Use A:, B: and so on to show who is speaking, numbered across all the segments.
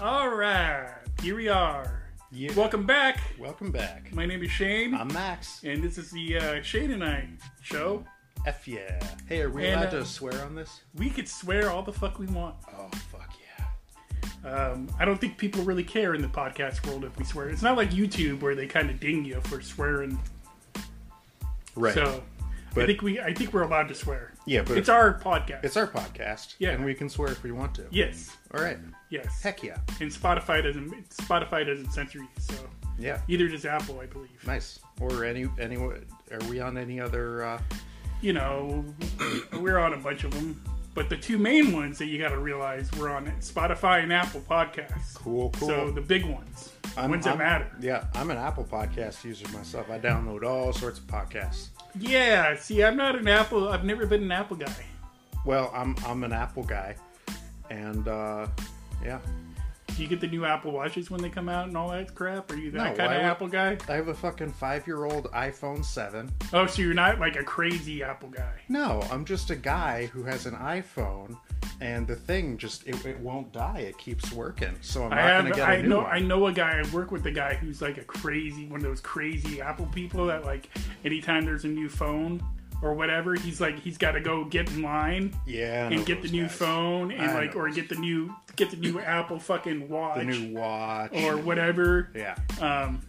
A: All right, here we are.
B: Yeah.
A: Welcome back.
B: Welcome back.
A: My name is Shane,
B: I'm Max.
A: and this is the uh, Shane and I show.
B: F yeah. Hey, are we
A: And,
B: allowed
A: uh,
B: to swear on this?
A: We could swear all the fuck we want.
B: Oh fuck yeah.
A: Um, I don't think people really care in the podcast world if we swear. It's not like YouTube where they kind of ding you for swearing.
B: Right.
A: So I
B: But-
A: think we I think we're allowed to swear.
B: yeah, but
A: It's our podcast.
B: it's our podcast.
A: Yeah.
B: And we can swear if we want to.
A: yes,
B: All right.
A: yes.
B: Heck yeah.
A: And Spotify doesn't Spotify doesn't censor you, so
B: Yeah.
A: either does Apple, I believe.
B: Nice. Or any any are we on any other uh
A: you know, we're on a bunch of them. But the two main ones that you got to realize we're on Spotify and Apple Podcasts.
B: Cool, cool.
A: So the big ones,
B: I'm-
A: ones that
B: I'm-
A: matter.
B: Yeah, I'm an Apple podcast user myself. I download all sorts of podcasts.
A: Yeah. See, I'm not an Apple. I've never been an Apple guy.
B: Well, I'm I'm an Apple guy. And uh yeah.
A: Do you get the new Apple watches when they come out and all that crap? Are you that
B: No,
A: kind
B: why
A: of
B: would-
A: Apple guy?
B: I have a fucking 5-year-old iPhone 7.
A: Oh, so you're not like a crazy Apple guy.
B: No, I'm just a guy who has an iPhone, and the thing just it, it won't die. It keeps working, so I'm
A: I
B: not
A: have.
B: gonna get a
A: I
B: new
A: know.
B: one.
A: I know a guy. I work with a guy who's like a crazy one of those crazy Apple people that like anytime there's a new phone or whatever, he's like he's got to go get in line
B: yeah, I know
A: and get the
B: those
A: new
B: guys.
A: phone and
B: I
A: like
B: know
A: or
B: those.
A: get the new get the new Apple fucking watch
B: the new watch,
A: or whatever.
B: yeah,
A: Um,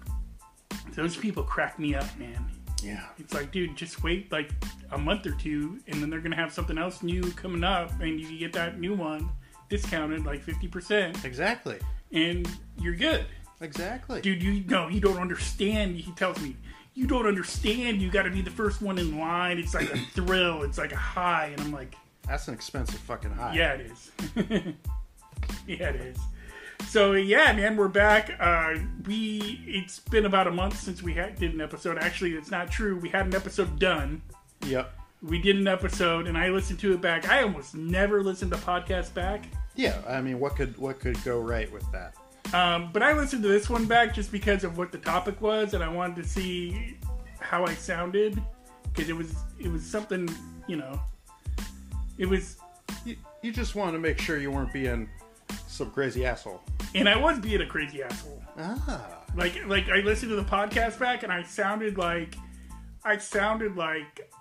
A: those people crack me up, man.
B: yeah,
A: It's like, dude, just wait like a month or two, and then they're gonna have something else new coming up, and you can get that new one discounted like fifty percent,
B: exactly,
A: and you're good,
B: exactly.
A: dude. You no, you don't understand. He tells me. You don't understand. You got to be the first one in line. It's like a thrill. It's like a high, and I'm like,
B: That's an expensive fucking high.
A: yeah, it is. yeah, it is. So yeah, man, we're back. Uh, we it's been about a month since we had, did an episode. Actually, it's not true. We had an episode done.
B: Yep.
A: We did an episode, and I listened to it back. I almost never listen to podcasts back,
B: Yeah. I mean, what could what could go right with that?
A: um, but I listened to this one back just because of what the topic was, and I wanted to see how I sounded because it was it was something you know. It was,
B: You, you just want to make sure you weren't being some crazy asshole.
A: and I was being a crazy asshole.
B: Ah.
A: like like I listened to the podcast back and I sounded like I sounded like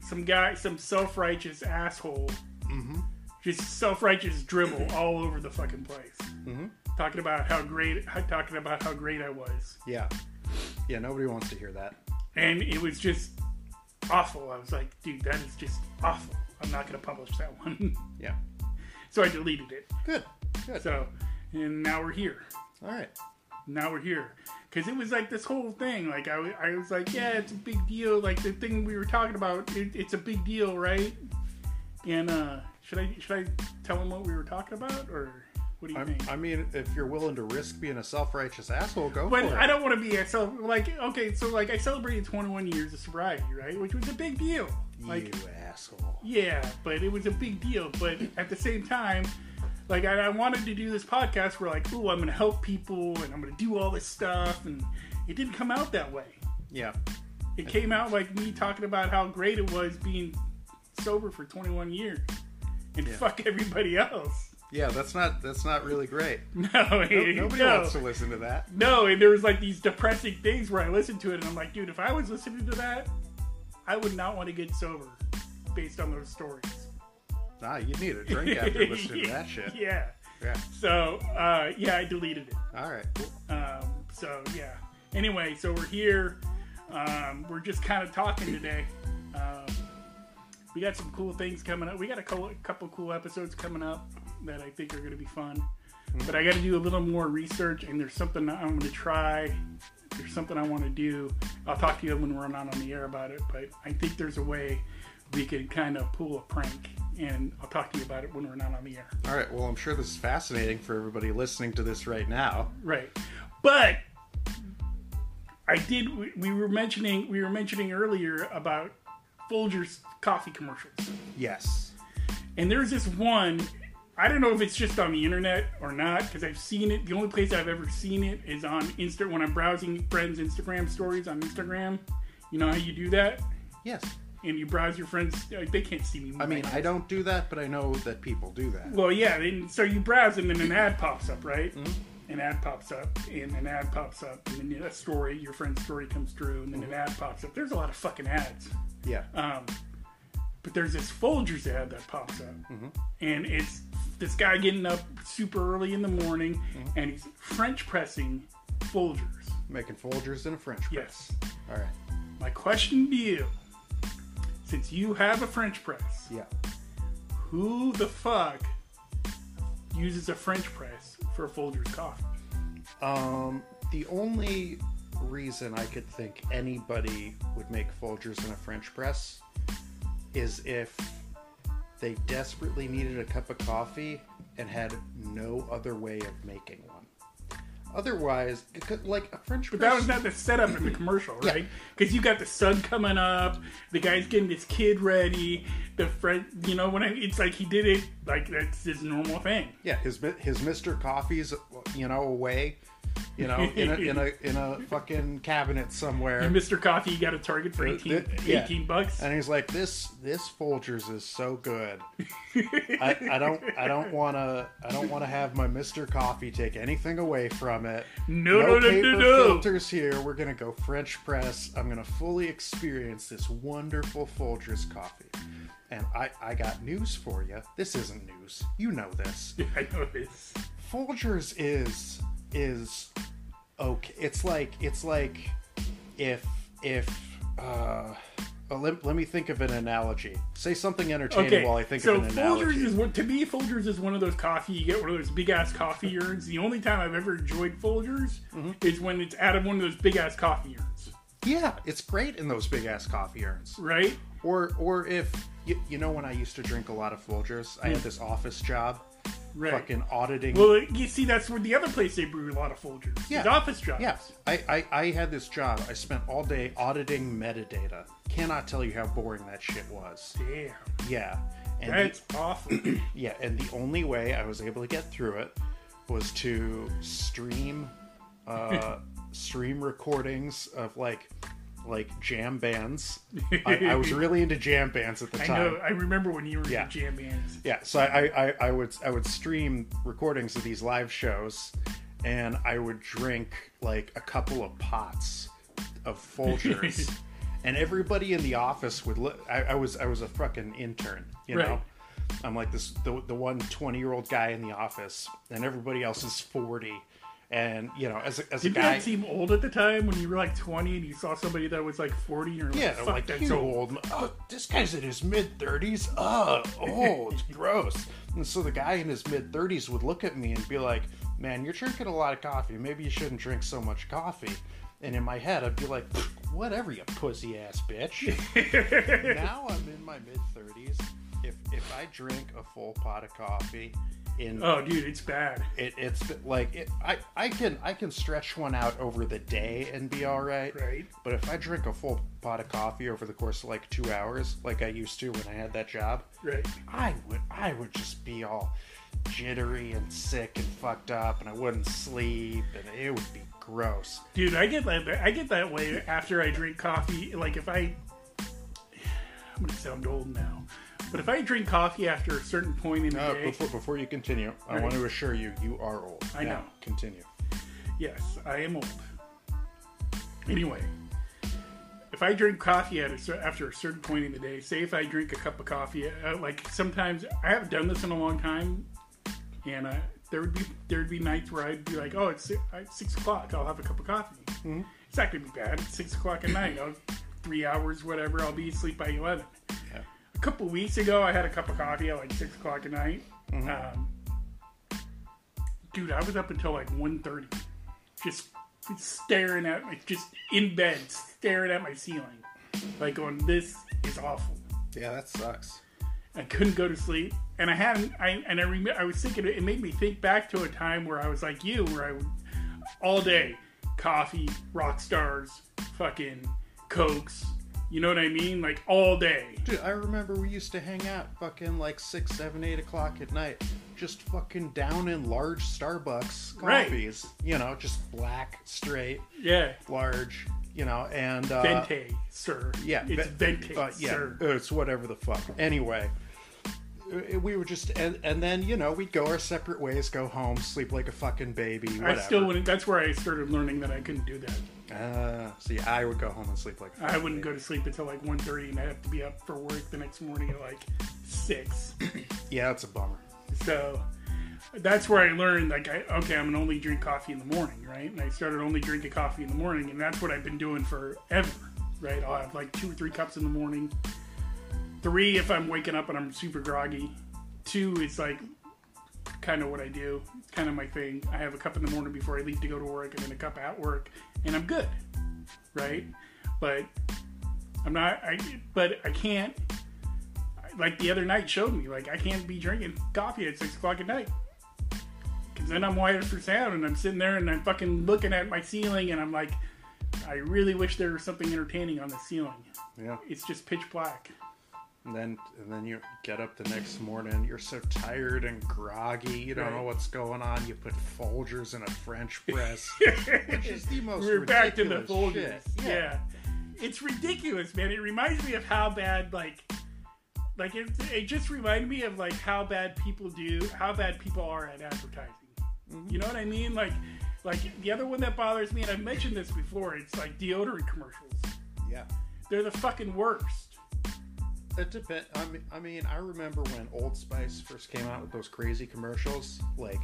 A: some guy some self righteous asshole. Mm-hmm. Just self righteous dribble all over the fucking place. Mm-hmm. Talking about how great talking about how great I was.
B: Yeah. Yeah. Nobody wants to hear that.
A: And it was just awful. I was like, dude, that is just awful. I'm not gonna publish that one.
B: Yeah.
A: so I deleted it.
B: Good. Good.
A: So and now we're here.
B: All right.
A: now we're here because it was like this whole thing like I, w- I was like yeah it's a big deal like the thing we were talking about it, it's a big deal right and uh should i should i tell him what we were talking about or what do you
B: I'm,
A: think
B: I mean, if you're willing to risk being a self-righteous asshole, go
A: but
B: for it.
A: i don't want to be a so like okay so like i celebrated 21 years of sobriety right which was a big deal like
B: you asshole.
A: Yeah, but it was a big deal. But at the same time, like I, I wanted to do this podcast where like, ooh, I'm gonna help people and I'm gonna do all this stuff, and it didn't come out that way.
B: Yeah,
A: It came out like me talking about how great it was being sober for 21 years and
B: Yeah.
A: fuck everybody else.
B: yeah. That's not that's not really great.
A: No,
B: No-
A: no,
B: nobody wants to listen to that.
A: no, and there was like these depressing things where I listened to it and I'm like, dude, if I was listening to that, I would not want to get sober based on those stories.
B: Nah, you need a drink after listening to that shit.
A: Yeah.
B: Yeah.
A: So uh, yeah, I deleted it.
B: All right. Cool.
A: Um, so yeah. Anyway, so we're here. Um, we're just kind of talking today. Um, we got some cool things coming up. We got a couple, couple cool episodes coming up that I think are going to be fun. But I got to do a little more research, and there's something that I'm going to try. There's something I want to do. I'll talk to you when we're not on the air about it. But I think there's a way we could kind of pull a prank, and I'll talk to you about it when we're not on the air.
B: All right. Well, I'm sure this is fascinating for everybody listening to this right now.
A: Right. But I did we, we were mentioning we were mentioning earlier about Folgers coffee commercials.
B: Yes.
A: And there's this one I don't know if it's just on the internet or not because I've seen it. The only place I've ever seen it is on Insta when I'm browsing friends Instagram stories on Instagram. You know how you do that?
B: Yes.
A: and you browse your friends. Like, they can't see me.
B: I mean, I don't do that, but I know that people do that.
A: Well, yeah. Then so you browse and then an ad pops up, right? An ad pops up and an ad pops up and then a story, your friend's story comes through, and then an ad pops up. There's a lot of fucking ads.
B: Yeah.
A: Um, but there's this Folgers ad that pops up, and it's this guy getting up super early in the morning, and he's French pressing Folgers.
B: Making Folgers in a French press.
A: Yes.
B: All right.
A: My question to you, since you have a French press,
B: Yeah.
A: who the fuck uses a French press for a Folgers coffee?
B: Um, the only reason I could think anybody would make Folgers in a French press is if they desperately needed a cup of coffee and had no other way of making one. Otherwise, it could- like a French
A: But
B: press.
A: that was not the setup in the commercial,
B: Yeah.
A: right? Because you got the sun coming up, the guy's getting his kid ready, the friend, you know, when I, it's like he did it like that's his normal thing.
B: Yeah, his mi- his Mr. Coffee's, you know, away, you know, in a in a in a fucking cabinet somewhere,
A: And Mr. Coffee, you got a target for 18,
B: Uh, th- yeah.
A: 18 bucks.
B: and he's like, "This this Folgers is so good. I, I don't I don't want to I don't want to have my Mr. Coffee take anything away from it.
A: No, no, no, no,
B: paper
A: no.
B: filters here. We're gonna go French press. I'm gonna fully experience this wonderful Folgers coffee." And I, I got news for you. This isn't news. You know this.
A: I know this.
B: Folgers is is okay. It's like it's like if if uh, oh, let, let me think of an analogy. Say something entertaining
A: Okay,
B: while I think
A: so
B: of an analogy.
A: Folgers is what to me. Folgers is one of those coffee you get one of those big ass coffee urns. The only time I've ever enjoyed Folgers
B: Mm-hmm.
A: is when it's out of one of those big ass coffee urns,
B: yeah, it's great in those big ass coffee urns.
A: right?
B: Or or if you, you know when I used to drink a lot of Folgers, I had this office job,
A: Hmm. Right.
B: fucking auditing
A: Well, you see, that's where the other place they brew a lot of Folgers. is
B: Yeah.
A: office jobs.
B: Yes, I, I, I had this job. I spent all day auditing metadata. Cannot tell you how boring that shit was.
A: Damn,
B: Yeah. And the-
A: that's awful.
B: Yeah, and the only way I was able to get through it was to stream uh, stream recordings of like like jam bands. I, I was really into jam bands at the
A: I
B: time.
A: know. I remember when you were
B: Yeah.
A: in jam bands.
B: Yeah, so I, I, I- I would I would stream recordings of these live shows, and I would drink like a couple of pots of Folgers, and everybody in the office would look. I, I was I was a fucking intern, you know.
A: Right.
B: I'm like this the the one 20 year old guy in the office, and everybody else is 40, and you know as a, as a
A: Did
B: guy.
A: that seem old at the time when you were like 20 and you saw somebody that was like 40 and you're like,
B: Yeah,
A: fuck,
B: like
A: that's
B: that's so
A: old.
B: old. Oh, this guy's in his mid thirties. Oh, old, gross. And so the guy in his mid thirties would look at me and be like, "Man, you're drinking a lot of coffee. Maybe you shouldn't drink so much coffee." And in my head, I'd be like, "Whatever, you pussy ass bitch." now I'm in my mid thirties. If if I drink a full pot of coffee, in
A: Oh, dude, it's bad.
B: it, it's like it, I I can I can stretch one out over the day and be all right.
A: Right.
B: But if I drink a full pot of coffee over the course of like two hours, like I used to when I had that job,
A: Right.
B: I would I would just be all jittery and sick and fucked up, and I wouldn't sleep, and it would be gross.
A: Dude, I get that. I get that way after I drink coffee. Like if I, I'm gonna sound old now, but if I drink coffee after a certain point in the
B: Uh,
A: day,
B: before before you continue, I
A: Right.
B: want to assure you, you are old.
A: I
B: Now,
A: know.
B: Continue.
A: yes, I am old. Anyway, if I drink coffee at a, cer- after a certain point in the day, say if I drink a cup of coffee, uh, like sometimes I haven't done this in a long time, and uh, there would be there would be nights where I'd be like, oh, it's si- uh, six o'clock, I'll have a cup of coffee. It's not gonna be bad. It's six o'clock at night. I'll, three hours, whatever. I'll be asleep by eleven.
B: Yeah.
A: A couple weeks ago, I had a cup of coffee at like six o'clock at night. Um, dude, I was up until like 1.30 just staring at my, just in bed, staring at my ceiling, like going, this is awful.
B: Yeah, that sucks.
A: I couldn't go to sleep, and I hadn't. I and I remember I was thinking it made me think back to a time where I was like you, where I would all day coffee, rock stars, fucking cokes. You know what I mean? Like all day.
B: Dude, I remember we used to hang out fucking like six, seven, eight o'clock at night, just fucking down in large Starbucks
A: Right.
B: coffees. You know, just black, straight,
A: Yeah.
B: large. you know, and uh,
A: Vente, sir.
B: yeah,
A: It's
B: ve-
A: Vente,
B: uh, yeah,
A: sir.
B: it's whatever the fuck. Anyway, uh, we were just and, and then you know we'd go our separate ways, go home, sleep like a fucking baby. Whatever.
A: I still wouldn't. That's where I started learning that I couldn't do that.
B: Uh, see, I would go home and sleep like. a
A: I
B: fucking
A: wouldn't go to sleep until like 1.30 and I'd have to be up for work the next morning at like 6.
B: baby. Yeah, that's a bummer.
A: So that's where I learned, like, I, okay, I'm gonna only drink coffee in the morning, right? And I started only drinking coffee in the morning, and that's what I've been doing forever, right? I'll have like two or three cups in the morning, three if I'm waking up and I'm super groggy, two is like kind of what I do, it's kind of my thing. I have a cup in the morning before I leave to go to work, and then a cup at work, and I'm good, right? But I'm not, I, but I can't like the other night showed me like i can't be drinking coffee at six o'clock at night because then i'm wired for sound and i'm sitting there and i'm fucking looking at my ceiling and i'm like i really wish there was something entertaining on the ceiling
B: Yeah,
A: it's just pitch black
B: and then and then you get up the next morning, you're so tired and groggy, you don't
A: Right.
B: know what's going on. You put Folgers in a French press, which is the most
A: we're back to the
B: ridiculous
A: Folgers.
B: shit.
A: Yeah. it's ridiculous, man. It reminds me of how bad like, like it, it just reminded me of like how bad people do, how bad people are at advertising.
B: Mm-hmm.
A: You know what I mean? Like, like the other one that bothers me, and I've mentioned this before, it's like deodorant commercials.
B: yeah.
A: They're the fucking worst.
B: It depends. I mean, I mean, I remember when Old Spice first came out with those crazy commercials, like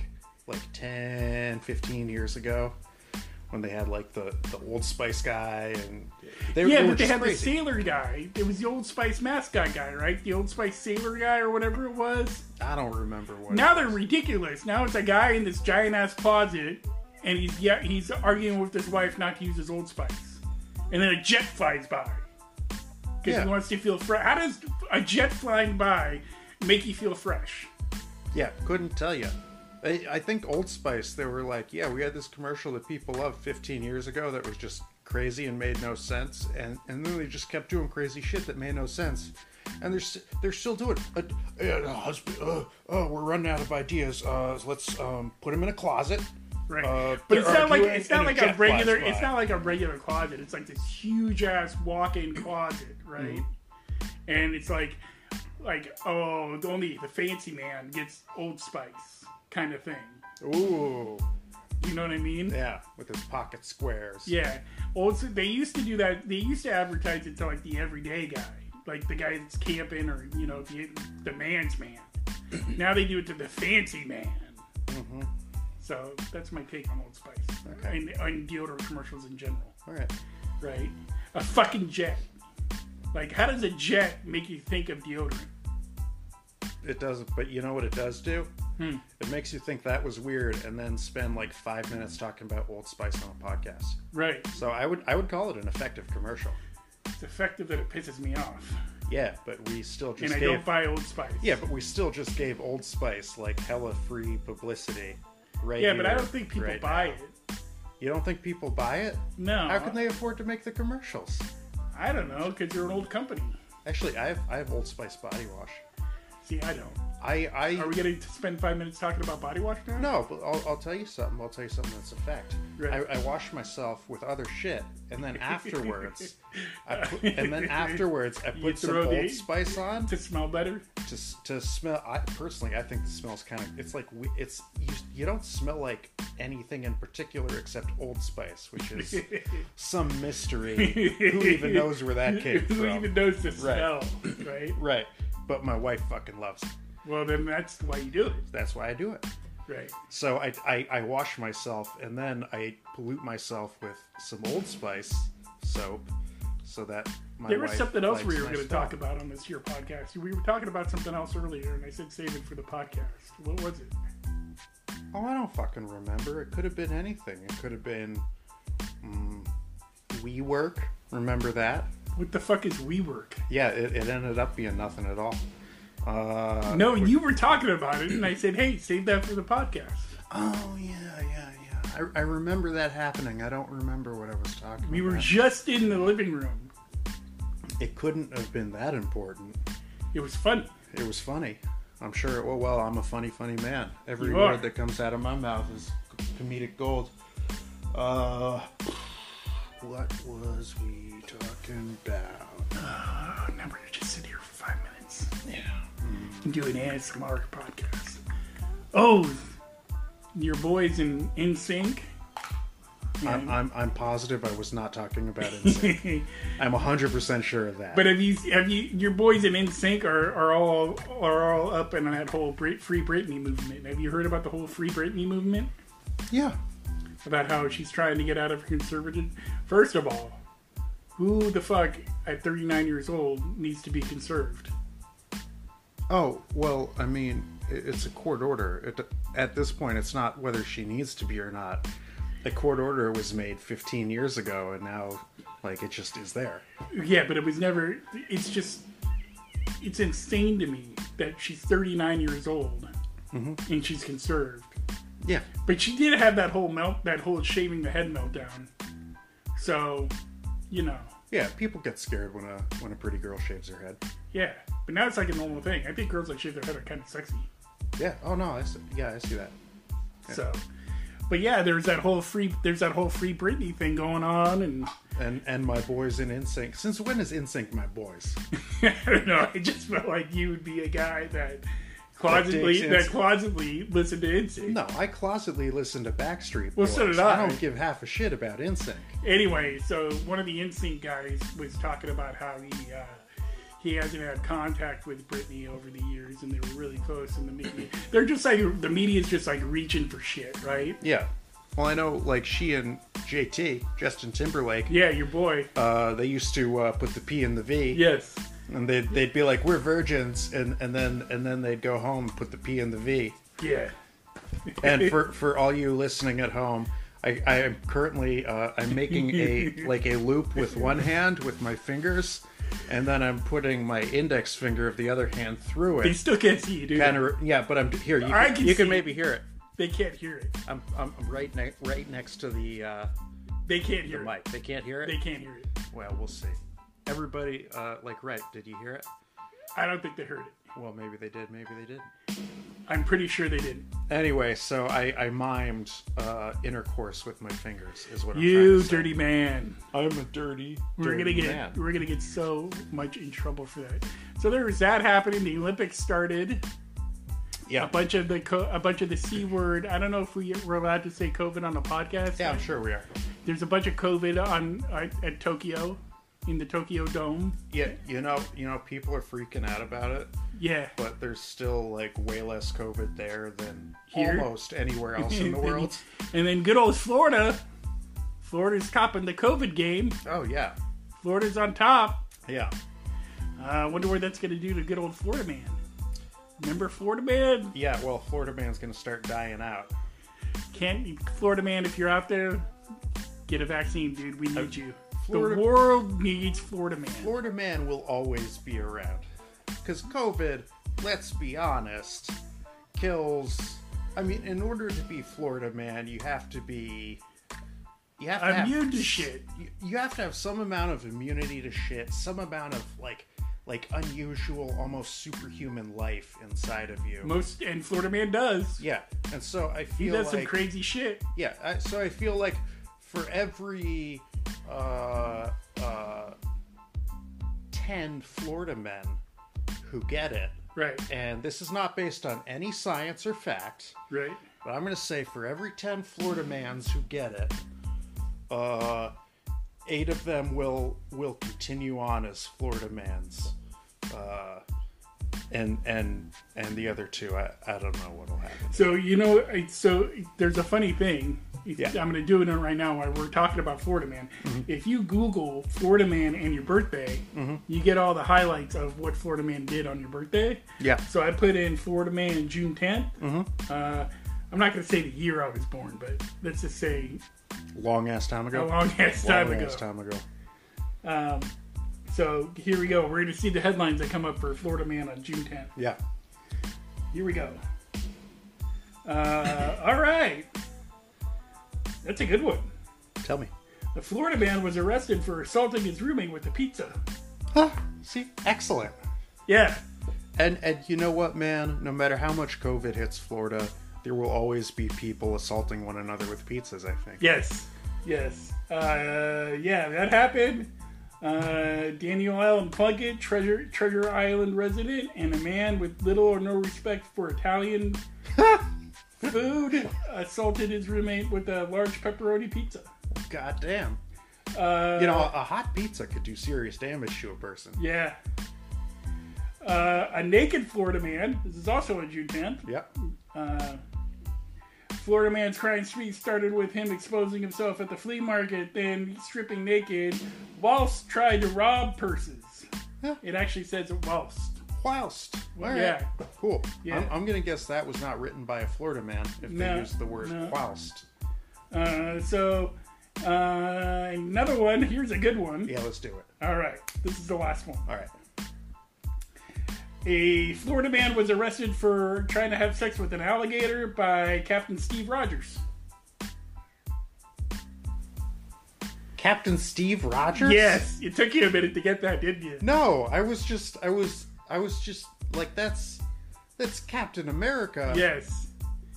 B: like 10, 15 years ago, when they had like the the Old Spice guy and they,
A: yeah,
B: were
A: but they
B: just
A: had
B: crazy.
A: the sailor guy. It was the Old Spice mascot guy, right? The Old Spice sailor guy or whatever it was.
B: I don't remember what.
A: Now they're ridiculous. Now it's a guy in this giant ass closet, and he's yeah he's arguing with his wife not to use his Old Spice, and then a jet flies by because
B: Yeah.
A: he wants to feel fresh. How does a jet flying by make you feel fresh?
B: Yeah, couldn't tell you. I, I think Old Spice. They were like, yeah, we had this commercial that people loved 15 years ago that was just crazy and made no sense, and and then they just kept doing crazy shit that made no sense, and they're st- they're still doing. Uh, uh, husband, uh, oh, we're running out of ideas. Uh, let's um, put him in a closet.
A: Right.
B: Uh,
A: but it's
B: they're
A: not like
B: arguing
A: it's not
B: and
A: like
B: jet
A: a
B: flies
A: regular
B: by.
A: it's not like a regular closet. It's like this huge ass walk-in closet, right?
B: Mm-hmm.
A: And it's like like oh, the only the fancy man gets Old Spice kind of thing.
B: Ooh,
A: You know what I mean?
B: yeah, with his pocket squares.
A: Yeah. Also, they used to do that. They used to advertise it to like the everyday guy, like the guy that's camping or you know the the man's man. now they do it to the fancy man. So that's my take on Old Spice
B: Mm-hmm. Okay.
A: and, and deodorant commercials in general.
B: All right.
A: Right? A fucking jet. Like, how does a jet make you think of deodorant?
B: It doesn't, but you know what it does do? It makes you think that was weird, and then spend like five minutes talking about Old Spice on a podcast.
A: Right.
B: So I would I would call it an effective commercial.
A: It's effective that it pisses me off,
B: Yeah, but we still just
A: and I
B: gave
A: don't buy Old Spice.
B: yeah, but we still just gave Old Spice like hella free publicity. Right.
A: yeah, but I
B: here,
A: don't think people
B: right
A: buy Uh-huh.
B: now.
A: it.
B: You don't think people buy it?
A: No.
B: How can they afford to make the commercials?
A: I don't know, because you're an old company.
B: Actually, I have I have Old Spice body wash.
A: See, I don't.
B: I I
A: Are we going to spend five minutes talking about body wash now?
B: no, but I'll, I'll tell you something. I'll tell you something that's a fact.
A: Right.
B: I, I wash myself with other shit, and then afterwards, I put, and then afterwards, I put some
A: throw
B: Old
A: the-
B: Spice on.
A: To smell better?
B: to, s- to smell i personally i think the smells kind of it's like we, it's you, you don't smell like anything in particular except old spice which is some mystery who even knows where that came
A: Who
B: from
A: even knows the smell, right?
B: right but my wife fucking loves it
A: Well, then that's why you do it,
B: that's why i do it
A: right?
B: so I, I i wash myself and then i pollute myself with some old spice soap so that my
A: There was
B: wife
A: something else
B: likes
A: we were
B: my
A: going to
B: smell.
A: talk about on this here podcast. We were talking about something else earlier, and I said save it for the podcast. What was it?
B: Oh, I don't fucking remember. It could have been anything. It could have been mm, WeWork. Remember that?
A: What the fuck is WeWork?
B: Yeah, it, it ended up being nothing at all. Uh,
A: No, you were talking about it, and I said, hey, save that for the podcast.
B: oh yeah, yeah, yeah. I, I remember that happening. I don't remember what I was talking.
A: We were
B: about.
A: just in the living room.
B: It couldn't have been that important.
A: It was funny.
B: It was funny. I'm sure. Well, well, I'm a funny, funny man. Every
A: You
B: word
A: are.
B: that comes out of my mouth is comedic gold. Uh, What was we talking about?
A: Oh, now we're gonna just sit here for five minutes Mm-hmm.
B: Yeah.
A: and do an ASMR podcast. Oh, your boys in in sync.
B: I'm, I'm, I'm positive I was not talking about it. I'm 100% sure of that.
A: But have you have you your boys in NSYNC are, are all are all up in that whole Brit, free Britney movement? Have you heard about the whole free Britney movement?
B: yeah.
A: About how she's trying to get out of conservative. First of all, who the fuck at 39 years old needs to be conserved?
B: Oh, well, I mean, i- it's a court order. It, at this point, it's not whether she needs to be or not. The court order was made 15 years ago, and now, like, it just is there.
A: Yeah, but it was never. It's just it's insane to me that she's 39 years old and she's conserved.
B: Yeah.
A: But she did have that whole melt, that whole shaving the head meltdown. So, you know,
B: Yeah, people get scared when a when a pretty girl shaves her head.
A: yeah. But now it's like a normal thing. I think girls that shave their head are kind of sexy.
B: Yeah. Oh no, I see, yeah, I see that.
A: So, but yeah, there's that whole free, there's that whole free Britney thing going on, and
B: And and my boys in NSYNC. Since when is NSYNC my boys?
A: I don't know. I just felt like you would be a guy that closetly
B: digs
A: that
B: into-
A: closetly listened to NSYNC.
B: No, I closetly listen to Backstreet Boys.
A: Well, so did I.
B: don't give half a shit about NSYNC.
A: Anyway, so one of the NSYNC guys was talking about how he uh, he hasn't had contact with Britney over the years, and they were really close. And the media, they're just like the media's just like reaching for shit, right?
B: Yeah. Well, I know like she and JT, Justin Timberlake,
A: Yeah, your boy.
B: uh, they used to uh, put the P in the V.
A: Yes.
B: And they'd, they'd be like, "We're virgins," and, and then and then they'd go home, put the P in the V.
A: Yeah.
B: and for for all you listening at home i, I am currently uh, i'm making a like a loop with one hand with my fingers and then i'm putting my index finger of the other hand through
A: They
B: it
A: still can't see you, dude.
B: kind of yeah but i'm here you
A: I
B: can,
A: can
B: you
A: see.
B: can maybe hear it
A: They can't hear it.
B: i'm, I'm I'm right ne- right next to the uh,
A: They can't hear it.
B: mic they can't hear it
A: They can't hear it.
B: well we'll see everybody uh, like right did you hear it
A: I don't think they heard it.
B: well maybe they did maybe they didn't
A: I'm pretty sure they didn't.
B: anyway so i i mimed uh, intercourse with my fingers is what i'm trying
A: You
B: to say.
A: dirty man.
B: i'm a dirty
A: We're gonna
B: dirty
A: get
B: man.
A: we're gonna get so much in trouble for that. So there was that happening. The Olympics started.
B: Yeah.
A: A bunch of the co- a bunch of the c word. I don't know if we were allowed to say COVID on the podcast.
B: Yeah, I'm sure we are.
A: There's a bunch of COVID on at, at Tokyo, in the Tokyo Dome.
B: Yeah, you know, you know, people are freaking out about it,
A: Yeah.
B: but there's still like way less COVID there than
A: Here?
B: almost anywhere else in the
A: And-
B: world.
A: And then good old Florida. Florida's copping the COVID game.
B: Oh yeah,
A: Florida's on top.
B: yeah.
A: I uh, wonder what that's going to do to good old Florida man. Remember Florida man?
B: Yeah, well, Florida man's gonna start dying out.
A: Can't Florida man? If you're out there, get a vaccine, dude. We need you.
B: Uh, Florida-
A: the world needs Florida man.
B: Florida man will always be around, cause COVID, let's be honest, kills. I mean, in order to be Florida man, you have to be. You have to have
A: Immune to shit.
B: you, you have to have some amount of immunity to shit, some amount of like like unusual, almost superhuman life inside of you.
A: Most and Florida man does.
B: Yeah, and so I
A: he
B: feel
A: does
B: like
A: some crazy shit.
B: yeah, I, so I feel like for every uh, uh, ten Florida men who get it,
A: Right.
B: and this is not based on any science or fact.
A: Right.
B: But I'm going to say for every 10 Florida mans who get it, uh, eight of them will will continue on as Florida mans. Uh, and and and the other two, I, I don't know what'll happen.
A: So you know, I- so there's a funny thing. If-
B: Yeah.
A: I'm going to do it right now while we're talking about Florida man. If you Google Florida man and your birthday, you get all the highlights of what Florida man did on your birthday.
B: Yeah.
A: So I put in Florida man June 10th. Uh, I'm not going to say the year I was born, but let's just say
B: Long ass time
A: a
B: ago.
A: long ass time
B: long
A: ago.
B: ass time ago.
A: So here we go. We're going to see the headlines that come up for Florida man on June 10th.
B: Yeah.
A: Here we go. Uh, all right. That's a good one.
B: Tell me.
A: The Florida man was arrested for assaulting his roommate with a pizza.
B: Huh, see, excellent.
A: Yeah.
B: And and you know what, man? No matter how much COVID hits Florida, there will always be people assaulting one another with pizzas. I think.
A: Yes. Yes. Uh, yeah, that happened. Uh, Daniel Allen Plunkett, Treasure Treasure Island resident, and a man with little or no respect for Italian food, assaulted his roommate with a large pepperoni pizza.
B: God damn.
A: Uh,
B: You know, a hot pizza could do serious damage to a person.
A: Yeah. Uh, a naked Florida man. This is also on June 10th.
B: Yep.
A: Uh, Florida man's crime spree started with him exposing himself at the flea market, then stripping naked, whilst trying to rob purses.
B: Huh.
A: It actually says whilst.
B: Whilst. All right.
A: Yeah.
B: Cool.
A: Yeah.
B: I'm, I'm going to guess that was not written by a Florida man if
A: No,
B: they used the word
A: no.
B: whilst.
A: Uh, so, uh, another one. Here's a good one.
B: Yeah, let's do it.
A: All right, this is the last one.
B: All right.
A: A Florida man was arrested for trying to have sex with an alligator by Captain Steve Rogers.
B: Captain Steve Rogers?
A: Yes, it took you a minute to get that, didn't you?
B: No, I was just, I was, I was just like, that's, that's Captain America.
A: Yes.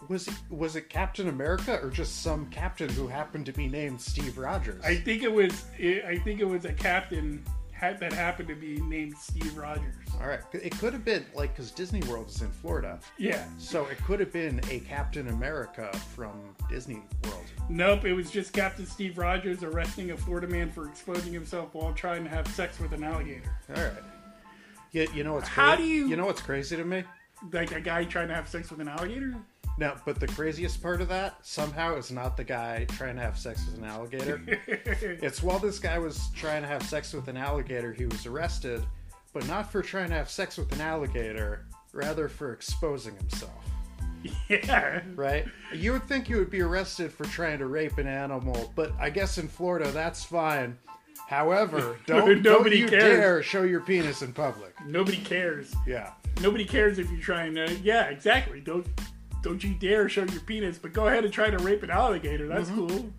B: Was it, was it Captain America or just some captain who happened to be named Steve Rogers?
A: I think it was. It, I think it was a captain ha- that happened to be named Steve Rogers.
B: All right. It could have been like, because Disney World is in Florida.
A: Yeah.
B: So it could have been a Captain America from Disney World.
A: Nope. It was just Captain Steve Rogers arresting a Florida man for exposing himself while trying to have sex with an alligator.
B: All right. You, you know what's
A: How
B: cra-
A: do you-
B: you know what's crazy to me?
A: Like a guy trying to have sex with an alligator.
B: No, but the craziest part of that somehow is not the guy trying to have sex with an alligator. it's while this guy was trying to have sex with an alligator, he was arrested, but not for trying to have sex with an alligator, rather for exposing himself.
A: yeah.
B: Right? You would think you would be arrested for trying to rape an animal, but I guess in Florida that's fine. However, don't,
A: Nobody
B: don't you
A: cares.
B: dare show your penis in public.
A: Nobody cares.
B: Yeah.
A: Nobody cares if you're trying to. Yeah. Exactly. Don't. Don't you dare show your penis, but go ahead and try to rape an alligator. That's cool.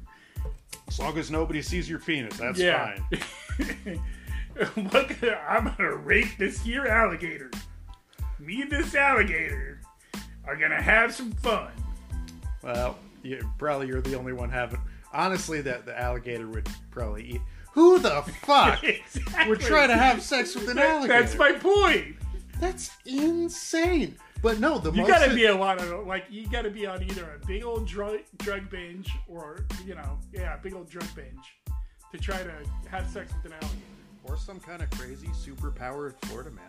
B: As long as nobody sees your penis, that's
A: Yeah. Look, I'm gonna rape this here alligator. Me and this alligator are gonna have some fun.
B: Well, you, probably you're the only one having. Honestly, that the alligator would probably eat. Who the fuck
A: Exactly.
B: would try to have sex with an
A: That-
B: alligator?
A: That's my point.
B: That's insane. But no, the
A: You
B: most
A: gotta be a lot of like you gotta be on either a big old drug drug binge or you know yeah a big old drug binge to try to have sex with an alligator.
B: or some kind of crazy superpowered Florida man.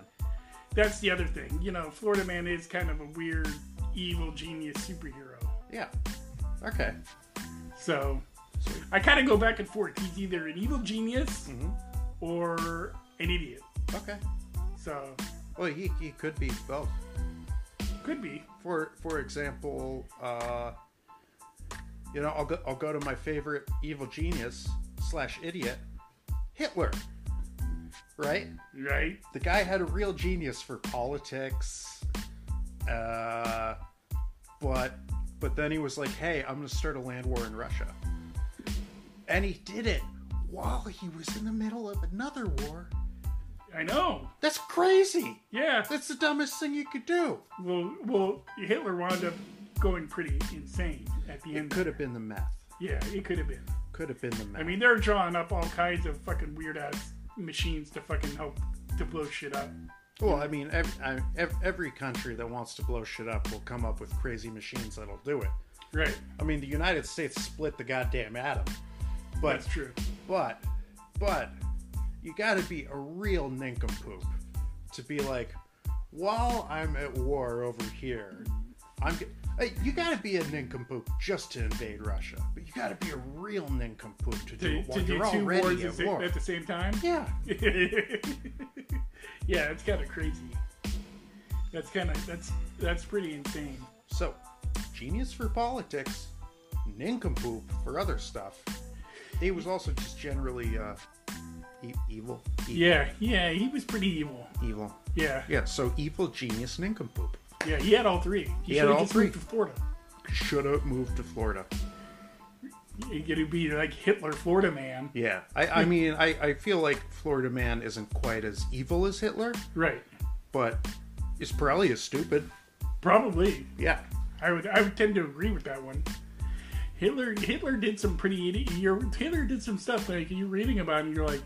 A: That's the other thing. You know, Florida Man is kind of a weird evil genius superhero.
B: Yeah. Okay.
A: So
B: Sweet.
A: I kind of go back and forth. He's either an evil genius or an idiot.
B: Okay.
A: So
B: Well, he, he could be both.
A: could be.
B: For for example, uh, you know, I'll go I'll go to my favorite evil genius slash idiot, Hitler. Right.
A: Right?
B: the guy had a real genius for politics uh, but but then he was like hey i'm gonna start a land war in russia and he did it while he was in the middle of another war
A: I know.
B: that's crazy
A: Yeah.
B: that's the dumbest thing you could do
A: Well, well, Hitler wound up going pretty insane at the
B: it
A: end.
B: could have been the meth
A: yeah, it could have been.
B: could have been the meth
A: I mean, they're drawing up all kinds of fucking weird ass machines to fucking help to blow shit up.
B: well i mean every, I, ev- every country that wants to blow shit up will come up with crazy machines that'll do it
A: Right.
B: i mean the united states split the goddamn atom but
A: That's true.
B: But, but, you gotta be a real nincompoop to be like, while I'm at war over here, I'm. g- Hey, You gotta be a nincompoop just to invade Russia, but you gotta be a real nincompoop to do
A: To,
B: it
A: to
B: while
A: do
B: you're
A: two wars
B: already
A: at,
B: at
A: sa-
B: war.
A: at the same time.
B: Yeah,
A: yeah, it's kind of crazy. That's kind of that's that's pretty insane.
B: so genius for politics, nincompoop for other stuff. He was also just generally uh, e- evil. E-
A: Yeah, yeah, he was pretty evil.
B: Evil.
A: Yeah,
B: Yeah, so evil, genius, nincompoop.
A: yeah, he had all three. He,
B: He had
A: should've
B: all
A: just
B: three.
A: moved to Florida.
B: Should have moved to Florida.
A: He could be like Hitler, Florida man.
B: Yeah, I,
A: Hmm.
B: I mean, I, I feel like Florida Man isn't quite as evil as Hitler,
A: Right,
B: but is probably as stupid.
A: probably.
B: Yeah.
A: I would I would tend to agree with that one. Hitler Hitler did some pretty idi- you're, Hitler did some stuff like you're reading about it and you're like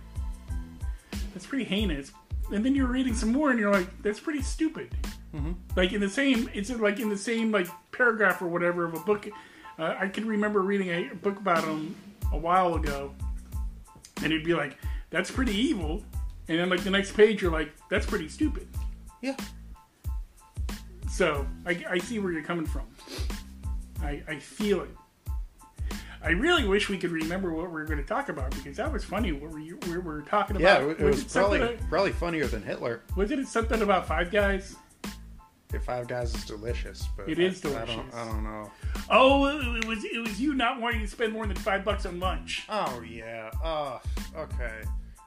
A: that's pretty heinous and then you're reading some more and you're like that's pretty stupid like in the same it's in, like in the same like paragraph or whatever of a book uh, I can remember reading a book about him a while ago and it'd be like that's pretty evil and then like the next page you're like that's pretty stupid
B: Yeah.
A: so I, I see where you're coming from. I, I feel it. I really wish we could remember what we were going to talk about because that was funny. What we, we were talking
B: Yeah,
A: about.
B: it, it was probably
A: something,
B: probably funnier than Hitler.
A: wasn't it something about Five Guys?
B: If Five Guys is delicious, but
A: It
B: I-
A: is
B: I
A: delicious.
B: don't, I don't know.
A: Oh, it was it was you not wanting to spend more than five bucks on lunch.
B: Oh yeah. Oh, okay.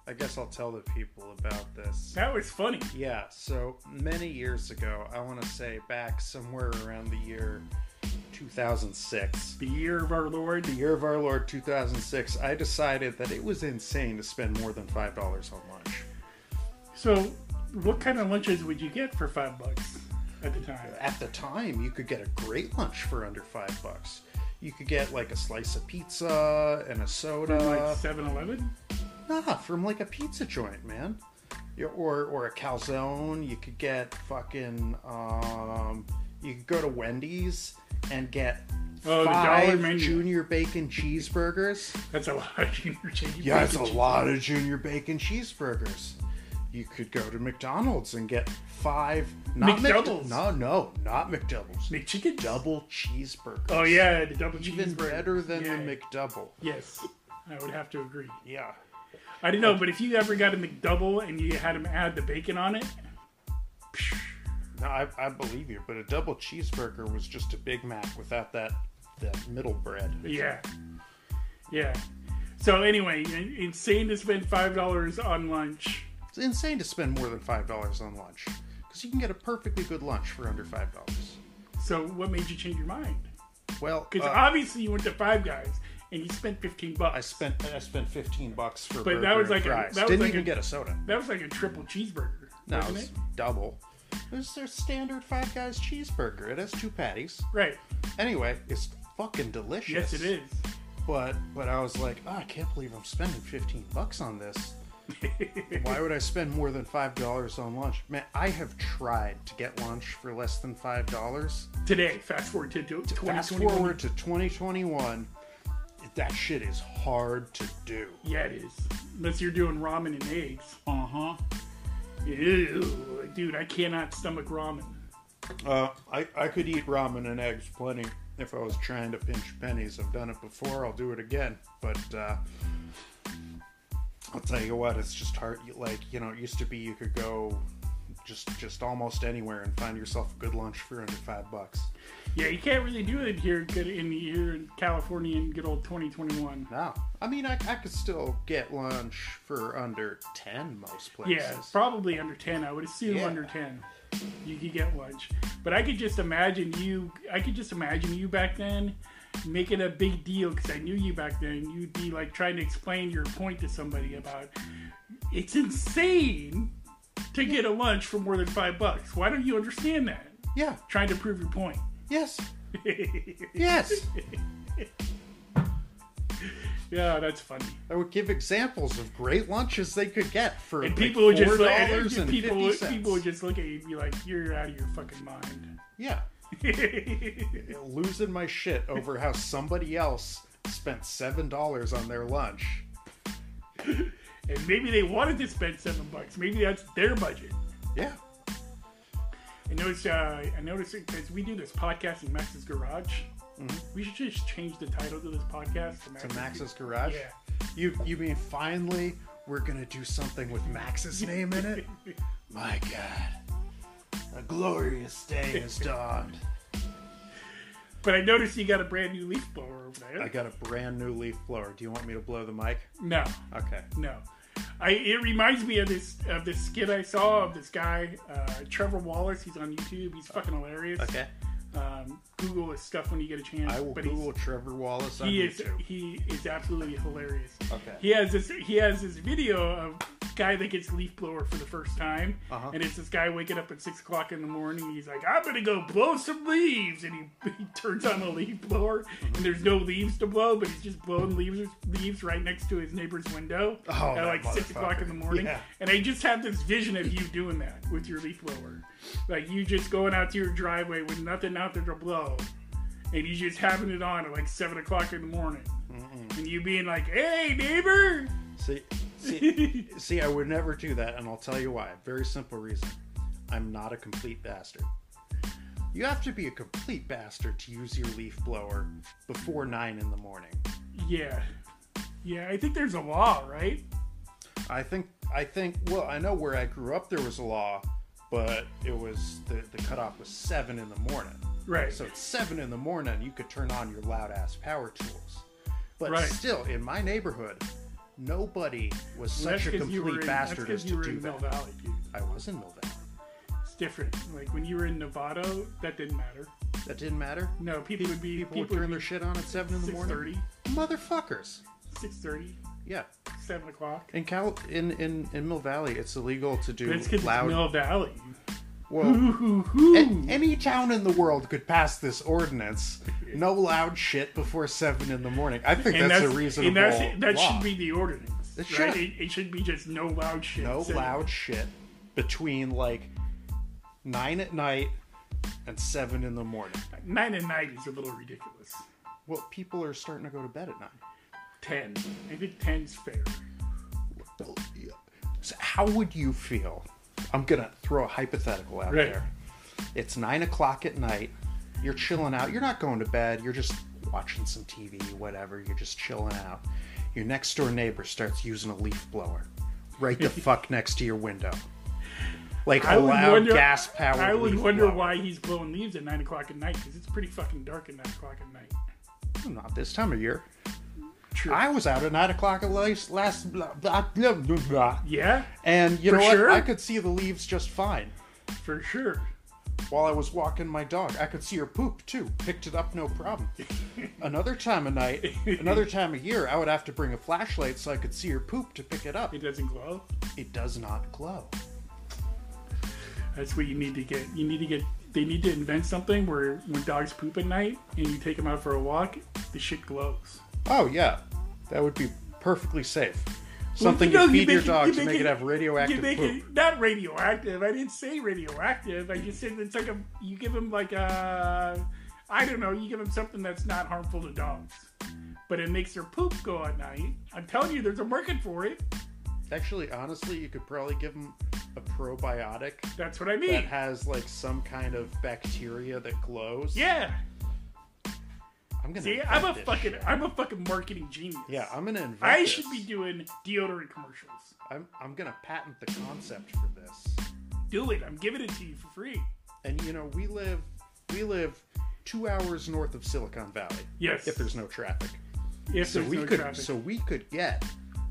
B: I guess I'll tell the people about this.
A: That was funny.
B: Yeah, so many years ago, I want to say back somewhere around the year 2006,
A: The year of our Lord.
B: the year of our Lord 2006, I decided that it was insane to spend more than $5 on lunch.
A: So, what kind of lunches would you get for five bucks at the time?
B: At the time, you could get a great lunch for under 5 bucks. You could get like a slice of pizza and a soda.
A: like Seven Eleven.
B: Nah, from like a pizza joint, man. Yeah, Or or a calzone. You could get fucking. Um, you could go to Wendy's and get
A: Oh, the
B: five
A: dollar menu.
B: junior bacon cheeseburgers.
A: That's a lot of junior chicken.
B: Yeah, it's a lot of junior bacon cheeseburgers. You could go to McDonald's and get five. Not Mc-
A: McDoubles.
B: no, no, not McDoubles.
A: McChicken.
B: double cheeseburgers.
A: Oh yeah, the double
B: even
A: cheeseburger.
B: better than
A: Yeah.
B: the McDouble.
A: Yes, I would have to agree.
B: Yeah.
A: I don't know, but if you ever got a McDouble and you had him add the bacon on it,
B: No, I, I believe you, but a double cheeseburger was just a Big Mac without that that middle bread.
A: yeah, yeah. So anyway, in- insane to spend five dollars on lunch.
B: It's insane to spend more than five dollars on lunch because you can get a perfectly good lunch for under five dollars.
A: So what made you change your mind?
B: Well,
A: Because
B: uh,
A: obviously you went to Five Guys and you spent fifteen bucks.
B: I spent I spent fifteen bucks for
A: But that
B: burger
A: was
B: and
A: like a-
B: fries.
A: that was
B: Didn't
A: like
B: even
A: a-
B: get a soda.
A: that was like a triple cheeseburger,
B: No, it
A: wasn't
B: was
A: it?
B: double. It was their standard Five Guys cheeseburger. It has two patties.
A: Right.
B: Anyway, it's fucking
A: Yes,
B: delicious.
A: it is.
B: But but I was like, oh, I can't believe I'm spending fifteen bucks on this. Why would I spend more than five dollars on lunch? Man, I have tried to get lunch for less than five dollars.
A: Today, fast forward to, to
B: Fast
A: 2021.
B: forward to 2021, that shit is hard to do.
A: Yeah, it is. Unless you're doing ramen and eggs. Uh huh. Ew, dude, I cannot stomach ramen.
B: Uh, I I could eat ramen and eggs plenty if I was trying to pinch pennies. I've done it before. I'll do it again. But uh, I'll tell you what, it's just hard. You- Like you know, it used to be you could go just just almost anywhere and find yourself a good lunch for under five bucks.
A: Yeah, you can't really do it here good in here in California in good old 2021.
B: No. I mean, I, I could still get lunch for under 10 most places.
A: Yeah, probably under 10. I would assume
B: Yeah.
A: under 10. You could get lunch. But I could just imagine you, I could just imagine you back then making a big deal because I knew you back then. You'd be like trying to explain your point to somebody about it's insane to get a lunch for more than five bucks. Why don't you understand that?
B: Yeah.
A: Trying to prove your point.
B: Yes. yes.
A: Yeah, that's funny.
B: I would give examples of great lunches they could get for
A: And
B: like
A: people would just
B: $4
A: look, and
B: and
A: people,
B: 50
A: would-
B: cents.
A: people would just look at you and be like, "You're out of your fucking mind."
B: Yeah. Losing my shit over how somebody else spent $7 on their lunch.
A: and maybe they wanted to spend seven bucks. Maybe that's their budget.
B: Yeah.
A: I noticed. Uh, I noticed because we do this podcast in Max's garage. We should just change the title to this podcast to Max's,
B: To Mm-hmm. Max's Garage.
A: Yeah.
B: You, you mean finally we're going to do something with Max's name in it? My God. A glorious day has dawned.
A: but I noticed you got a brand new leaf blower over there.
B: I got a brand new leaf blower. Do you want me to blow the mic?
A: no,
B: Okay.
A: no. I, it reminds me of this of this skit I saw of this guy, uh, Trevor Wallace. He's on YouTube. He's fucking hilarious. Um, Google his stuff when you get a chance.
B: I will
A: but he's-
B: Google Trevor Wallace on
A: he is
B: YouTube.
A: he is absolutely hilarious.
B: Okay.
A: He has this he has this video of guy that gets leaf blower for the first time,
B: Uh-huh.
A: and it's this guy waking up at six o'clock in the morning. He's like, "I'm gonna go blow some leaves," and he, he turns on the leaf blower,
B: Mm-hmm.
A: and there's no leaves to blow, but he's just blowing leaves leaves right next to his neighbor's window
B: Oh,
A: at
B: that
A: like six o'clock in the
B: motherfucker.
A: morning.
B: Yeah.
A: And I just have this vision of you doing that with your leaf blower, like you just going out to your driveway with nothing out there to blow, and you just having it on at like seven o'clock in the morning, and you being like, "Hey, neighbor."
B: See, see, see, I would never do that, and I'll tell you why. Very simple reason. I'm not a complete bastard. You have to be a complete bastard to use your leaf blower before nine in the morning.
A: Yeah. Yeah, I think there's a law, right?
B: I think, I think. Well, I know where I grew up, there was a law, but it was the the cutoff was seven in the morning.
A: Right.
B: So at seven in the morning, you could turn on your loud ass power tools. But
A: Right.
B: still, in my neighborhood, nobody was
A: That's
B: such a
A: 'cause you were
B: complete
A: in-
B: bastard
A: that's
B: as
A: 'cause you
B: to
A: were
B: do
A: in Mill
B: that.
A: Valley, dude.
B: I was in Mill Valley.
A: It's different. Like when you were in Novato, that didn't matter.
B: That didn't matter.
A: No, people would be
B: People, would
A: people
B: turn
A: would
B: their shit on at seven in the
A: be
B: morning.
A: 6:30,
B: Motherfuckers.
A: 6:30,
B: Yeah.
A: 7 o'clock.
B: In Cal, in, in in Mill Valley, it's illegal to do
A: That's because it's
B: loud.
A: Mill Valley.
B: well,
A: Ooh-hoo-hoo.
B: a- any town in the world could pass this ordinance. No loud shit before seven in the morning. I think that's, a reasonable
A: and that's, that
B: law.
A: should be the ordinance.
B: It
A: right?
B: should.
A: It, it should be just no loud shit.
B: no
A: So-
B: loud shit between like nine at night and seven in the morning.
A: 9 and 9 is a little ridiculous.
B: Well, people are starting to go to bed at nine.
A: 10. I think 10's fair.
B: So how would you feel? I'm gonna throw a hypothetical out
A: Right.
B: there. It's nine o'clock at night. You're chilling out. You're not going to bed. You're just watching some TV, whatever. You're just chilling out. Your next door neighbor starts using a leaf blower right the fuck next to your window, like a loud gas powered.
A: I would wonder why he's blowing leaves at nine o'clock at night because it's pretty fucking dark at nine o'clock at night.
B: Not this time of year.
A: True.
B: I was out at nine o'clock at least last. Blah, blah, blah, blah, blah.
A: yeah,
B: And you
A: For
B: know what?
A: sure.
B: I could see the leaves just fine.
A: for sure.
B: While I was walking my dog, I could see her poop too. Picked it up, no problem. another time of night, another time of year, I would have to bring a flashlight so I could see her poop to pick it up.
A: It doesn't glow.
B: It does not glow.
A: That's what you need to get. You need to get. They need to invent something where when dogs poop at night and you take them out for a walk, the shit glows.
B: Oh yeah, that would be perfectly safe. Something
A: No,
B: to feed your
A: make
B: dog
A: you
B: to make it have radioactive
A: you make
B: poop.
A: It, not radioactive. I didn't say radioactive. I just said it's like a. You give them like a. I don't know. You give them something that's not harmful to dogs, but it makes their poop go at night. I'm telling you, there's a market for it.
B: Actually, honestly, you could probably give them a probiotic
A: That's what I
B: that
A: mean.
B: has like some kind of bacteria that glows.
A: Yeah.
B: I'm gonna.
A: See,
B: invent
A: I'm a
B: this
A: fucking.
B: shit.
A: I'm a fucking marketing genius.
B: Yeah, I'm gonna invent.
A: I
B: this.
A: should be doing deodorant commercials.
B: I'm, I'm gonna patent the concept for this.
A: Do it. I'm giving it to you for free.
B: And you know, we live we live two hours north of Silicon Valley.
A: Yes.
B: If there's no traffic.
A: If
B: so
A: there's
B: we
A: no
B: could
A: traffic.
B: so we could get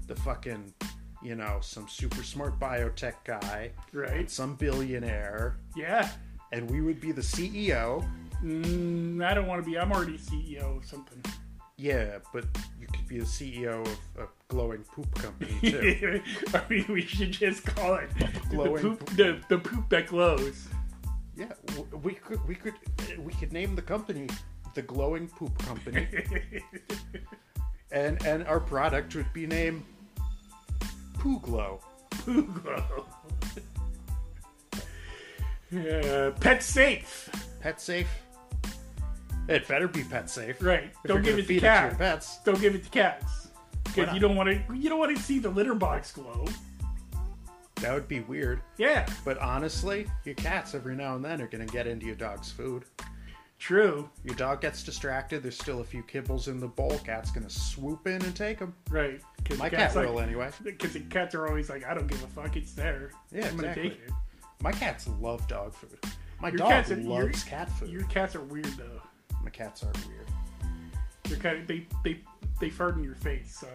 B: the fucking you know, some super smart biotech guy,
A: right.
B: some billionaire,
A: Yeah.
B: and we would be the E CEO.
A: Mm, I don't want to be. I'm already CEO of something.
B: Yeah, but you could be the CEO of a glowing poop company too.
A: I mean, we should just call it the
B: Glowing
A: poop,
B: poop.
A: the, the poop that glows.
B: yeah, w- we could we could we could name the company the glowing poop company. and and our product would be named Poo Glow.
A: Poo glow. Yeah, pet safe.
B: Pet safe. It better be pet safe.
A: Right.
B: If
A: don't
B: you're
A: give
B: gonna
A: it
B: feed
A: to
B: your
A: cats.
B: pets.
A: don't give it to cats because
B: not?
A: you don't want to. You don't want to see the litter box glow.
B: That would be weird.
A: Yeah.
B: But honestly, your cats every now and then are gonna get into your dog's food.
A: True.
B: Your dog gets distracted. There's still a few kibbles in the bowl. Cat's gonna swoop in and take them.
A: Right. Cause
B: My
A: the
B: cat
A: cat's
B: will
A: like,
B: anyway.
A: Because the cats are always like, I don't give a fuck. It's there.
B: Yeah,
A: I'm gonna
B: exactly.
A: take it.
B: My cats love dog food. My
A: Your
B: dog
A: cats are- your-
B: loves cat food.
A: Your cats are weird though.
B: My cats are weird.
A: They're kind of they they they fart in your face. So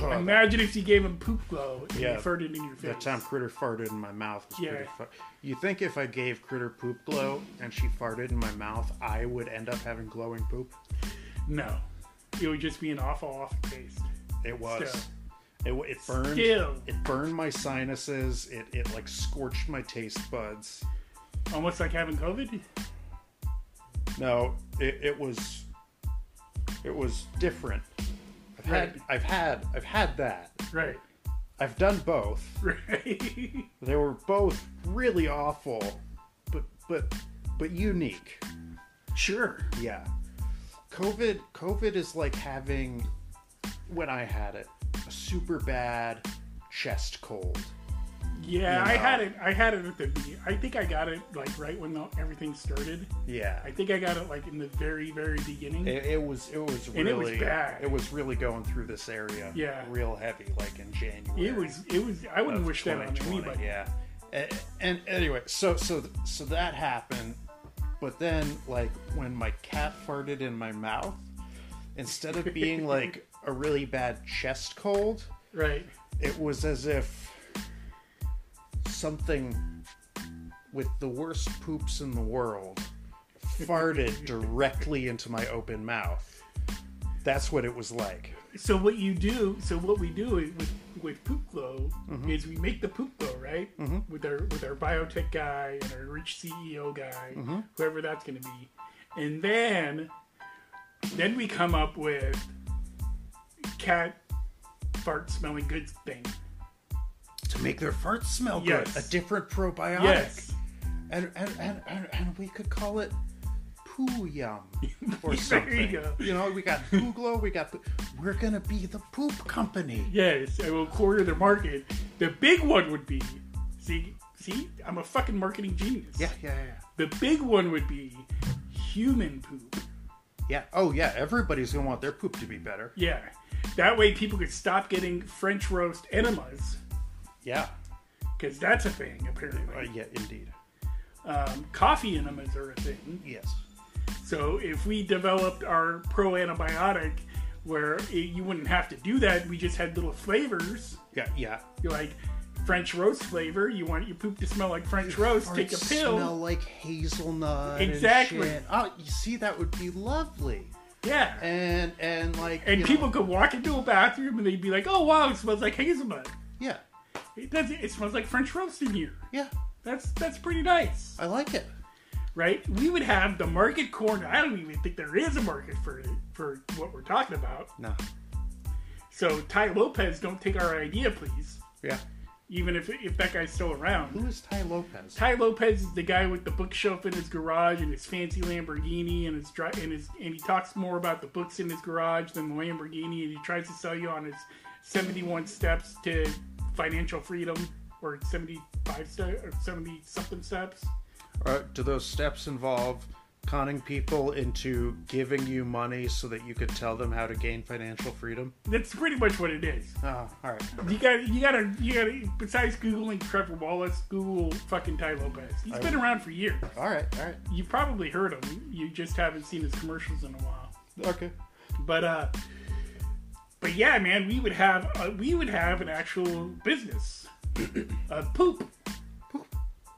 B: Oh,
A: imagine if you gave them poop glow and
B: Yeah.
A: they farted in your face.
B: That time Critter farted in my mouth was
A: Yeah.
B: pretty fu- You think if I gave Critter poop glow and she farted in my mouth, I would end up having glowing poop?
A: No, it would just be an awful, awful taste.
B: It was.
A: Still.
B: It, it burned.
A: Still.
B: It burned my sinuses. It it like scorched my taste buds.
A: Almost like having COVID.
B: No, it, it was it was different. I've had
A: Right.
B: I've had I've had that.
A: Right.
B: I've done both.
A: Right.
B: They were both really awful, but but but unique.
A: sure.
B: Yeah. COVID COVID is like having when I had it, a super bad chest cold.
A: Yeah,
B: You
A: I
B: know.
A: had it. I had it at the. be- I think I got it like right when the, everything started.
B: Yeah.
A: I think I got it like in the very, very beginning.
B: It, it was it was
A: And
B: really
A: it was bad.
B: it was really going through this area.
A: Yeah.
B: Real heavy like in January.
A: It was. It was. I wouldn't
B: of
A: wish that on
B: 2020,
A: anybody.
B: Yeah. And, and anyway, so so so that happened, but then like when my cat farted in my mouth, instead of being like a really bad chest cold,
A: Right.
B: it was as if something with the worst poops in the world farted directly into my open mouth. That's what it was like.
A: So what you do? So what we do is with with poop glow is we make the poop glow right with our with our biotech guy and our rich CEO guy, whoever that's going to be, and then then we come up with cat fart smelling good thing.
B: To make their farts smell
A: Yes.
B: good. A different probiotic.
A: Yes.
B: and and, and, and, and we could call it poo yum or
A: There
B: something.
A: you go.
B: know, we got poo glow. We got. Poo- We're gonna be the poop company.
A: Yes, I will corner the market. The big one would be see see I'm a fucking marketing genius.
B: Yeah, yeah, yeah,
A: The big one would be human poop.
B: yeah. Oh yeah, everybody's gonna want their poop to be better.
A: Yeah. That way people could stop getting French roast enemas
B: Yeah,
A: because that's a thing apparently.
B: uh, yeah, indeed.
A: Um, coffee enemas are a thing.
B: Yes.
A: So if we developed our pro antibiotic where it, you wouldn't have to do that, we just had little flavors.
B: Yeah, yeah.
A: You're like French roast flavor. You want your poop to smell like French roast? Take a
B: Farts
A: pill.
B: Smell like hazelnut. and
A: Exactly.
B: shit. Oh, you see, that would be lovely.
A: yeah.
B: And and like
A: And
B: you
A: people
B: know,
A: could walk into a bathroom and they'd be like, "Oh wow, it smells like hazelnut.
B: yeah,
A: It, does, it smells like French roast in here.
B: yeah.
A: That's that's pretty nice,
B: I like it.
A: right?" We would have the market corner. I don't even think there is a market for it, for what we're talking about.
B: No.
A: So Ty Lopez, don't take our idea, please.
B: Yeah.
A: Even if if that guy's still around.
B: Who is Ty Lopez?
A: Ty Lopez is the guy with the bookshelf in his garage and his fancy Lamborghini and his dri- and his and he talks more about the books in his garage than the Lamborghini and he tries to sell you on his 71 steps to financial freedom or 75 steps or 70 something steps.
B: Uh, do those steps involve conning people into giving you money so that you could tell them how to gain financial freedom?
A: That's pretty much what it is.
B: Oh, all right.
A: You got you got to you got to besides googling Trevor Wallace, Google fucking Ty Lopez. He's been around for years.
B: All right, all right.
A: You've probably heard of him. You just haven't seen his commercials in a while.
B: Okay.
A: But uh, but yeah, man, we would have uh, we would have an actual business of poop.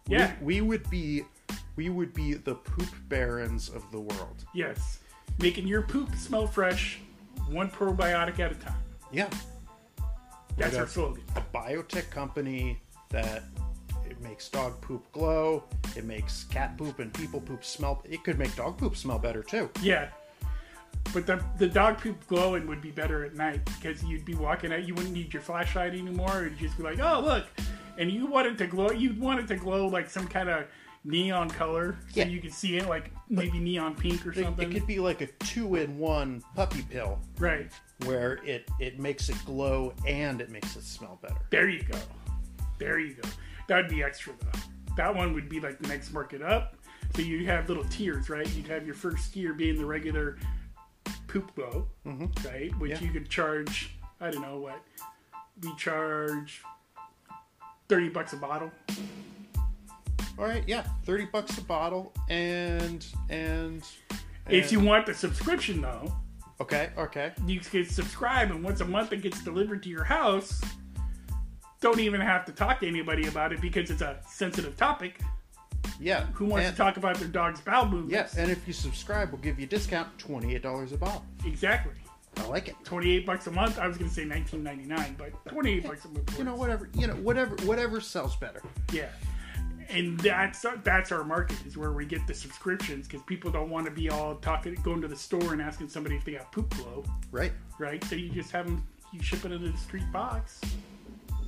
A: Yeah.
B: We, we would be we would be the poop barons of the world.
A: Yes. Making your poop smell fresh, one probiotic at a time.
B: Yeah.
A: That's
B: Right
A: our
B: up.
A: slogan.
B: A biotech company that it makes dog poop glow, it makes cat poop and people poop smell. It could make dog poop smell better too.
A: Yeah. But the, the dog poop glowing would be better at night because you'd be walking out. You wouldn't need your flashlight anymore. It'd just be like, oh look, and you want it to glow. You'd want it to glow like some kind of neon color, so
B: Yeah.
A: you could see it like maybe neon pink or
B: It,
A: something.
B: it could be like a two-in-one puppy pill
A: right
B: where it it makes it glow and it makes it smell better.
A: there, you go. There you go. That'd be extra though. That one would be like the next market up. So you have little tiers, right? You'd have your first tier being the regular poop glow, right? Which
B: Mm-hmm.
A: you
B: Yeah.
A: could charge. I don't know what. We charge thirty bucks a bottle.
B: All right, yeah, thirty bucks a bottle, and and
A: If you want the subscription though,
B: okay, okay,
A: you can subscribe, and once a month it gets delivered to your house. Don't even have to talk to anybody about it because it's a sensitive topic.
B: yeah.
A: Who wants
B: and,
A: to talk about their dog's bowel movements?
B: Yes, and if you subscribe, we'll give you a discount twenty eight dollars a bottle.
A: Exactly.
B: I like it.
A: 28 bucks a month. I was going to say 19.99, but 28 bucks a month.
B: You know, whatever. You know, whatever. Whatever sells better.
A: Yeah. And that's that's our market is where we get the subscriptions because people don't want to be all talking, going to the store and asking somebody if they got poop glow,
B: Right.
A: right? So you just have them, you ship it into the street box,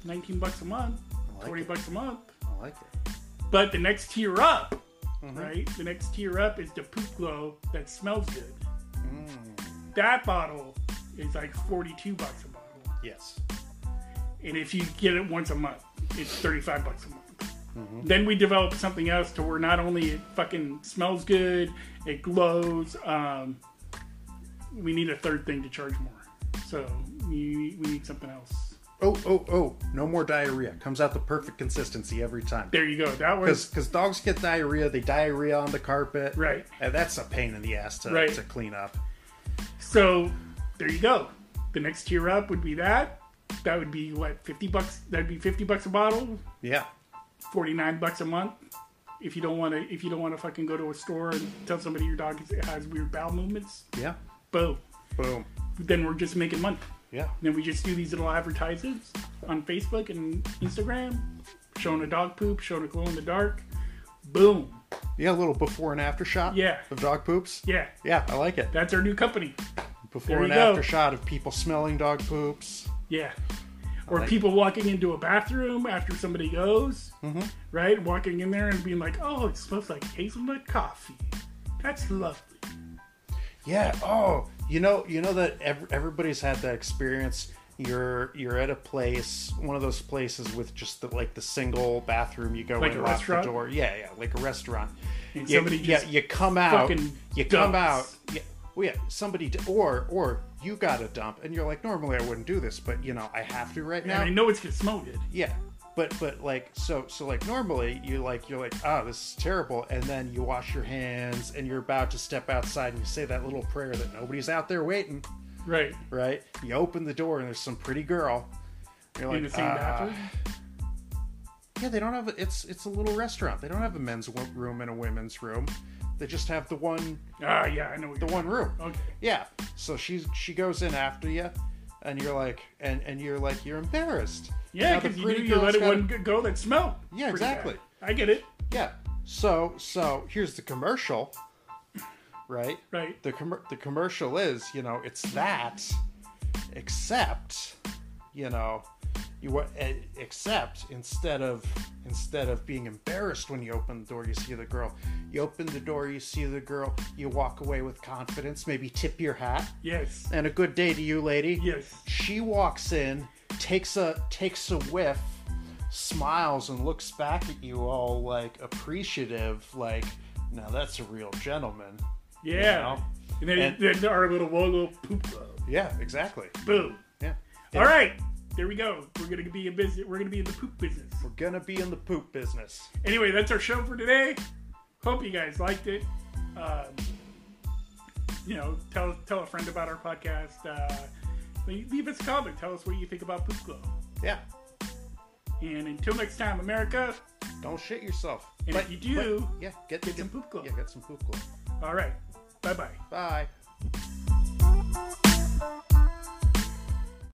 A: 19 bucks a month,
B: like
A: 20
B: it.
A: bucks a month.
B: I like it.
A: But the next tier up,
B: Mm-hmm.
A: right? The next tier up is the poop glow that smells good.
B: Mm.
A: That bottle is like 42 bucks a bottle.
B: Yes.
A: and if you get it once a month, it's thirty-five bucks a month. Mm-hmm. Then we develop something else to where not only it fucking smells good, it glows. Um, we need a third thing to charge more, so we, we need something else.
B: Oh, oh, oh! No more diarrhea. Comes out the perfect consistency every time.
A: There you go. That was
B: Because dogs get diarrhea, they diarrhea on the carpet.
A: Right.
B: And that's a pain in the ass to,
A: Right.
B: to clean up.
A: so. There you go. The next tier up would be that. That would be what fifty bucks. That'd be fifty bucks a bottle,
B: Yeah.
A: forty-nine bucks a month. If you don't want to, if you don't want to fucking go to a store and tell somebody your dog has weird bowel movements,
B: Yeah.
A: boom.
B: Boom.
A: then we're just making money.
B: Yeah.
A: Then we just do these little advertisements on Facebook and Instagram, showing a dog poop, showing a glow in the dark. Boom.
B: Yeah, a little before and after shot.
A: Yeah.
B: Of dog poops.
A: Yeah,
B: Yeah, I like it.
A: that's our new company.
B: Before
A: There
B: and
A: you go.
B: after shot of people smelling dog poops.
A: Yeah. Or
B: like
A: people walking into a bathroom after somebody goes,
B: Mm-hmm.
A: right? Walking in there and being like, oh, it smells like hazelnut coffee. That's lovely.
B: Yeah. Oh, you know, you know that ev- everybody's had that experience. You're you're at a place, one of those places with just the, like the single bathroom. You go
A: Like
B: in,
A: a
B: lock
A: restaurant?
B: the door. Yeah, yeah, like a restaurant.
A: And
B: you,
A: somebody
B: yeah,
A: just
B: you come out.
A: fucking
B: You come out.
A: dumps.
B: Yeah. Well, yeah, somebody d- or or you got a dump, and you're like, normally I wouldn't do this, but you know I have to right now.
A: And I know it's going to smell good.
B: Yeah. But but like so so like normally you like you're like ah this is terrible and then you wash your hands and you're about to step outside and you say that little prayer that nobody's out there waiting
A: Right.
B: right you open the door and there's some pretty girl you're like
A: in the same
B: "Ah."
A: bathroom.
B: yeah they don't have a, it's it's a little restaurant they don't have a men's wo- room and a women's room they just have the one
A: Ah, yeah, I know what
B: the
A: you're
B: one room
A: Okay.
B: yeah. So she's she goes in after you, and you're like, and and you're like, you're embarrassed.
A: Yeah,
B: Now the
A: because you knew
B: pretty
A: you let
B: girl's
A: it
B: gotta-
A: one go that smelled.
B: Yeah,
A: pretty
B: exactly.
A: bad. I get it.
B: Yeah. So so here's the commercial, right?
A: Right.
B: The com- the commercial is you know it's that, except, you know, you wa- eh, except instead of instead of being embarrassed when you open the door you see the girl you open the door you see the girl you walk away with confidence maybe tip your hat
A: Yes.
B: and a good day to you, lady.
A: Yes.
B: She walks in, takes a takes a whiff, smiles and looks back at you all like appreciative, like, now that's a real gentleman.
A: Yeah. And then,
B: And-
A: then our little logo, poop glow.
B: Yeah, exactly.
A: Boom.
B: Yeah.
A: All right. There we go. We're gonna be in business. We're gonna be in the poop business.
B: We're gonna be in the poop business.
A: Anyway, that's our show for today. Hope you guys liked it. Um, you know, tell tell a friend about our podcast. Uh, leave leave us a comment. Tell us what you think about poop glow.
B: Yeah.
A: And until next time, America.
B: Don't shit yourself.
A: And if you do,
B: yeah, get,
A: get some poop glow.
B: Yeah, get some poop glue.
A: All right. Bye bye.
B: Bye.